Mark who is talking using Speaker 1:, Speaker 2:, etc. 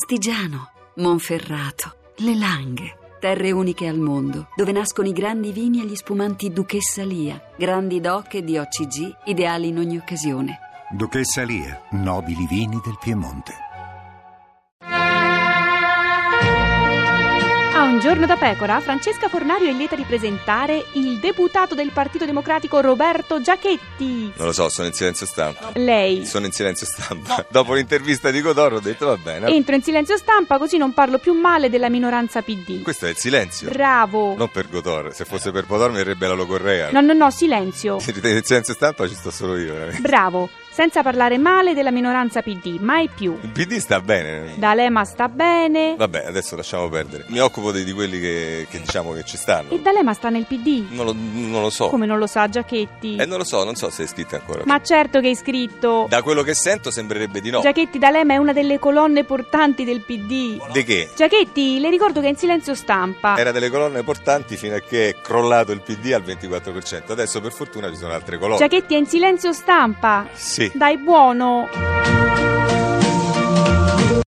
Speaker 1: Astigiano, Monferrato, Le Langhe. Terre uniche al mondo, dove nascono i grandi vini e gli spumanti Duchessa Lia, grandi doc e di OCG, ideali in ogni occasione.
Speaker 2: Duchessa Lia, nobili vini del Piemonte.
Speaker 3: A un giorno da pecora, Francesca Fornario è lieta di presentare il deputato del Partito Democratico Roberto Giachetti.
Speaker 4: Non lo so, sono in silenzio stampa.
Speaker 3: Lei.
Speaker 4: Sono in silenzio stampa. Dopo l'intervista di Codoro ho detto va bene.
Speaker 3: Entro in silenzio stampa così non parlo più male della minoranza PD.
Speaker 4: Questo è il silenzio.
Speaker 3: Bravo.
Speaker 4: Non per Godor. Se fosse per Godor mi verrebbe la logorrea.
Speaker 3: No, no, no, silenzio.
Speaker 4: Se ritenete in silenzio stampa ci sto solo io, eh. veramente.
Speaker 3: Bravo. Senza parlare male della minoranza PD, mai più.
Speaker 4: Il PD sta bene.
Speaker 3: D'Alema sta bene.
Speaker 4: Vabbè, adesso lasciamo perdere. Mi occupo di, di quelli che, che diciamo che ci
Speaker 3: E
Speaker 4: stanno.
Speaker 3: D'Alema sta nel PD.
Speaker 4: Non lo, non lo so.
Speaker 3: Come non lo sa Giachetti?
Speaker 4: Eh, non lo so, non so se è iscritto ancora.
Speaker 3: Ma certo che è iscritto.
Speaker 4: Da quello che sento sembrerebbe di no.
Speaker 3: Giachetti D'Alema è una delle colonne portanti del PD.
Speaker 4: Di che?
Speaker 3: Giachetti, le ricordo che è in silenzio stampa.
Speaker 4: Era delle colonne portanti fino a che è crollato il PD al 24%. Adesso per fortuna ci sono altre colonne.
Speaker 3: Giachetti è in silenzio stampa.
Speaker 4: Sì.
Speaker 3: Dai buono.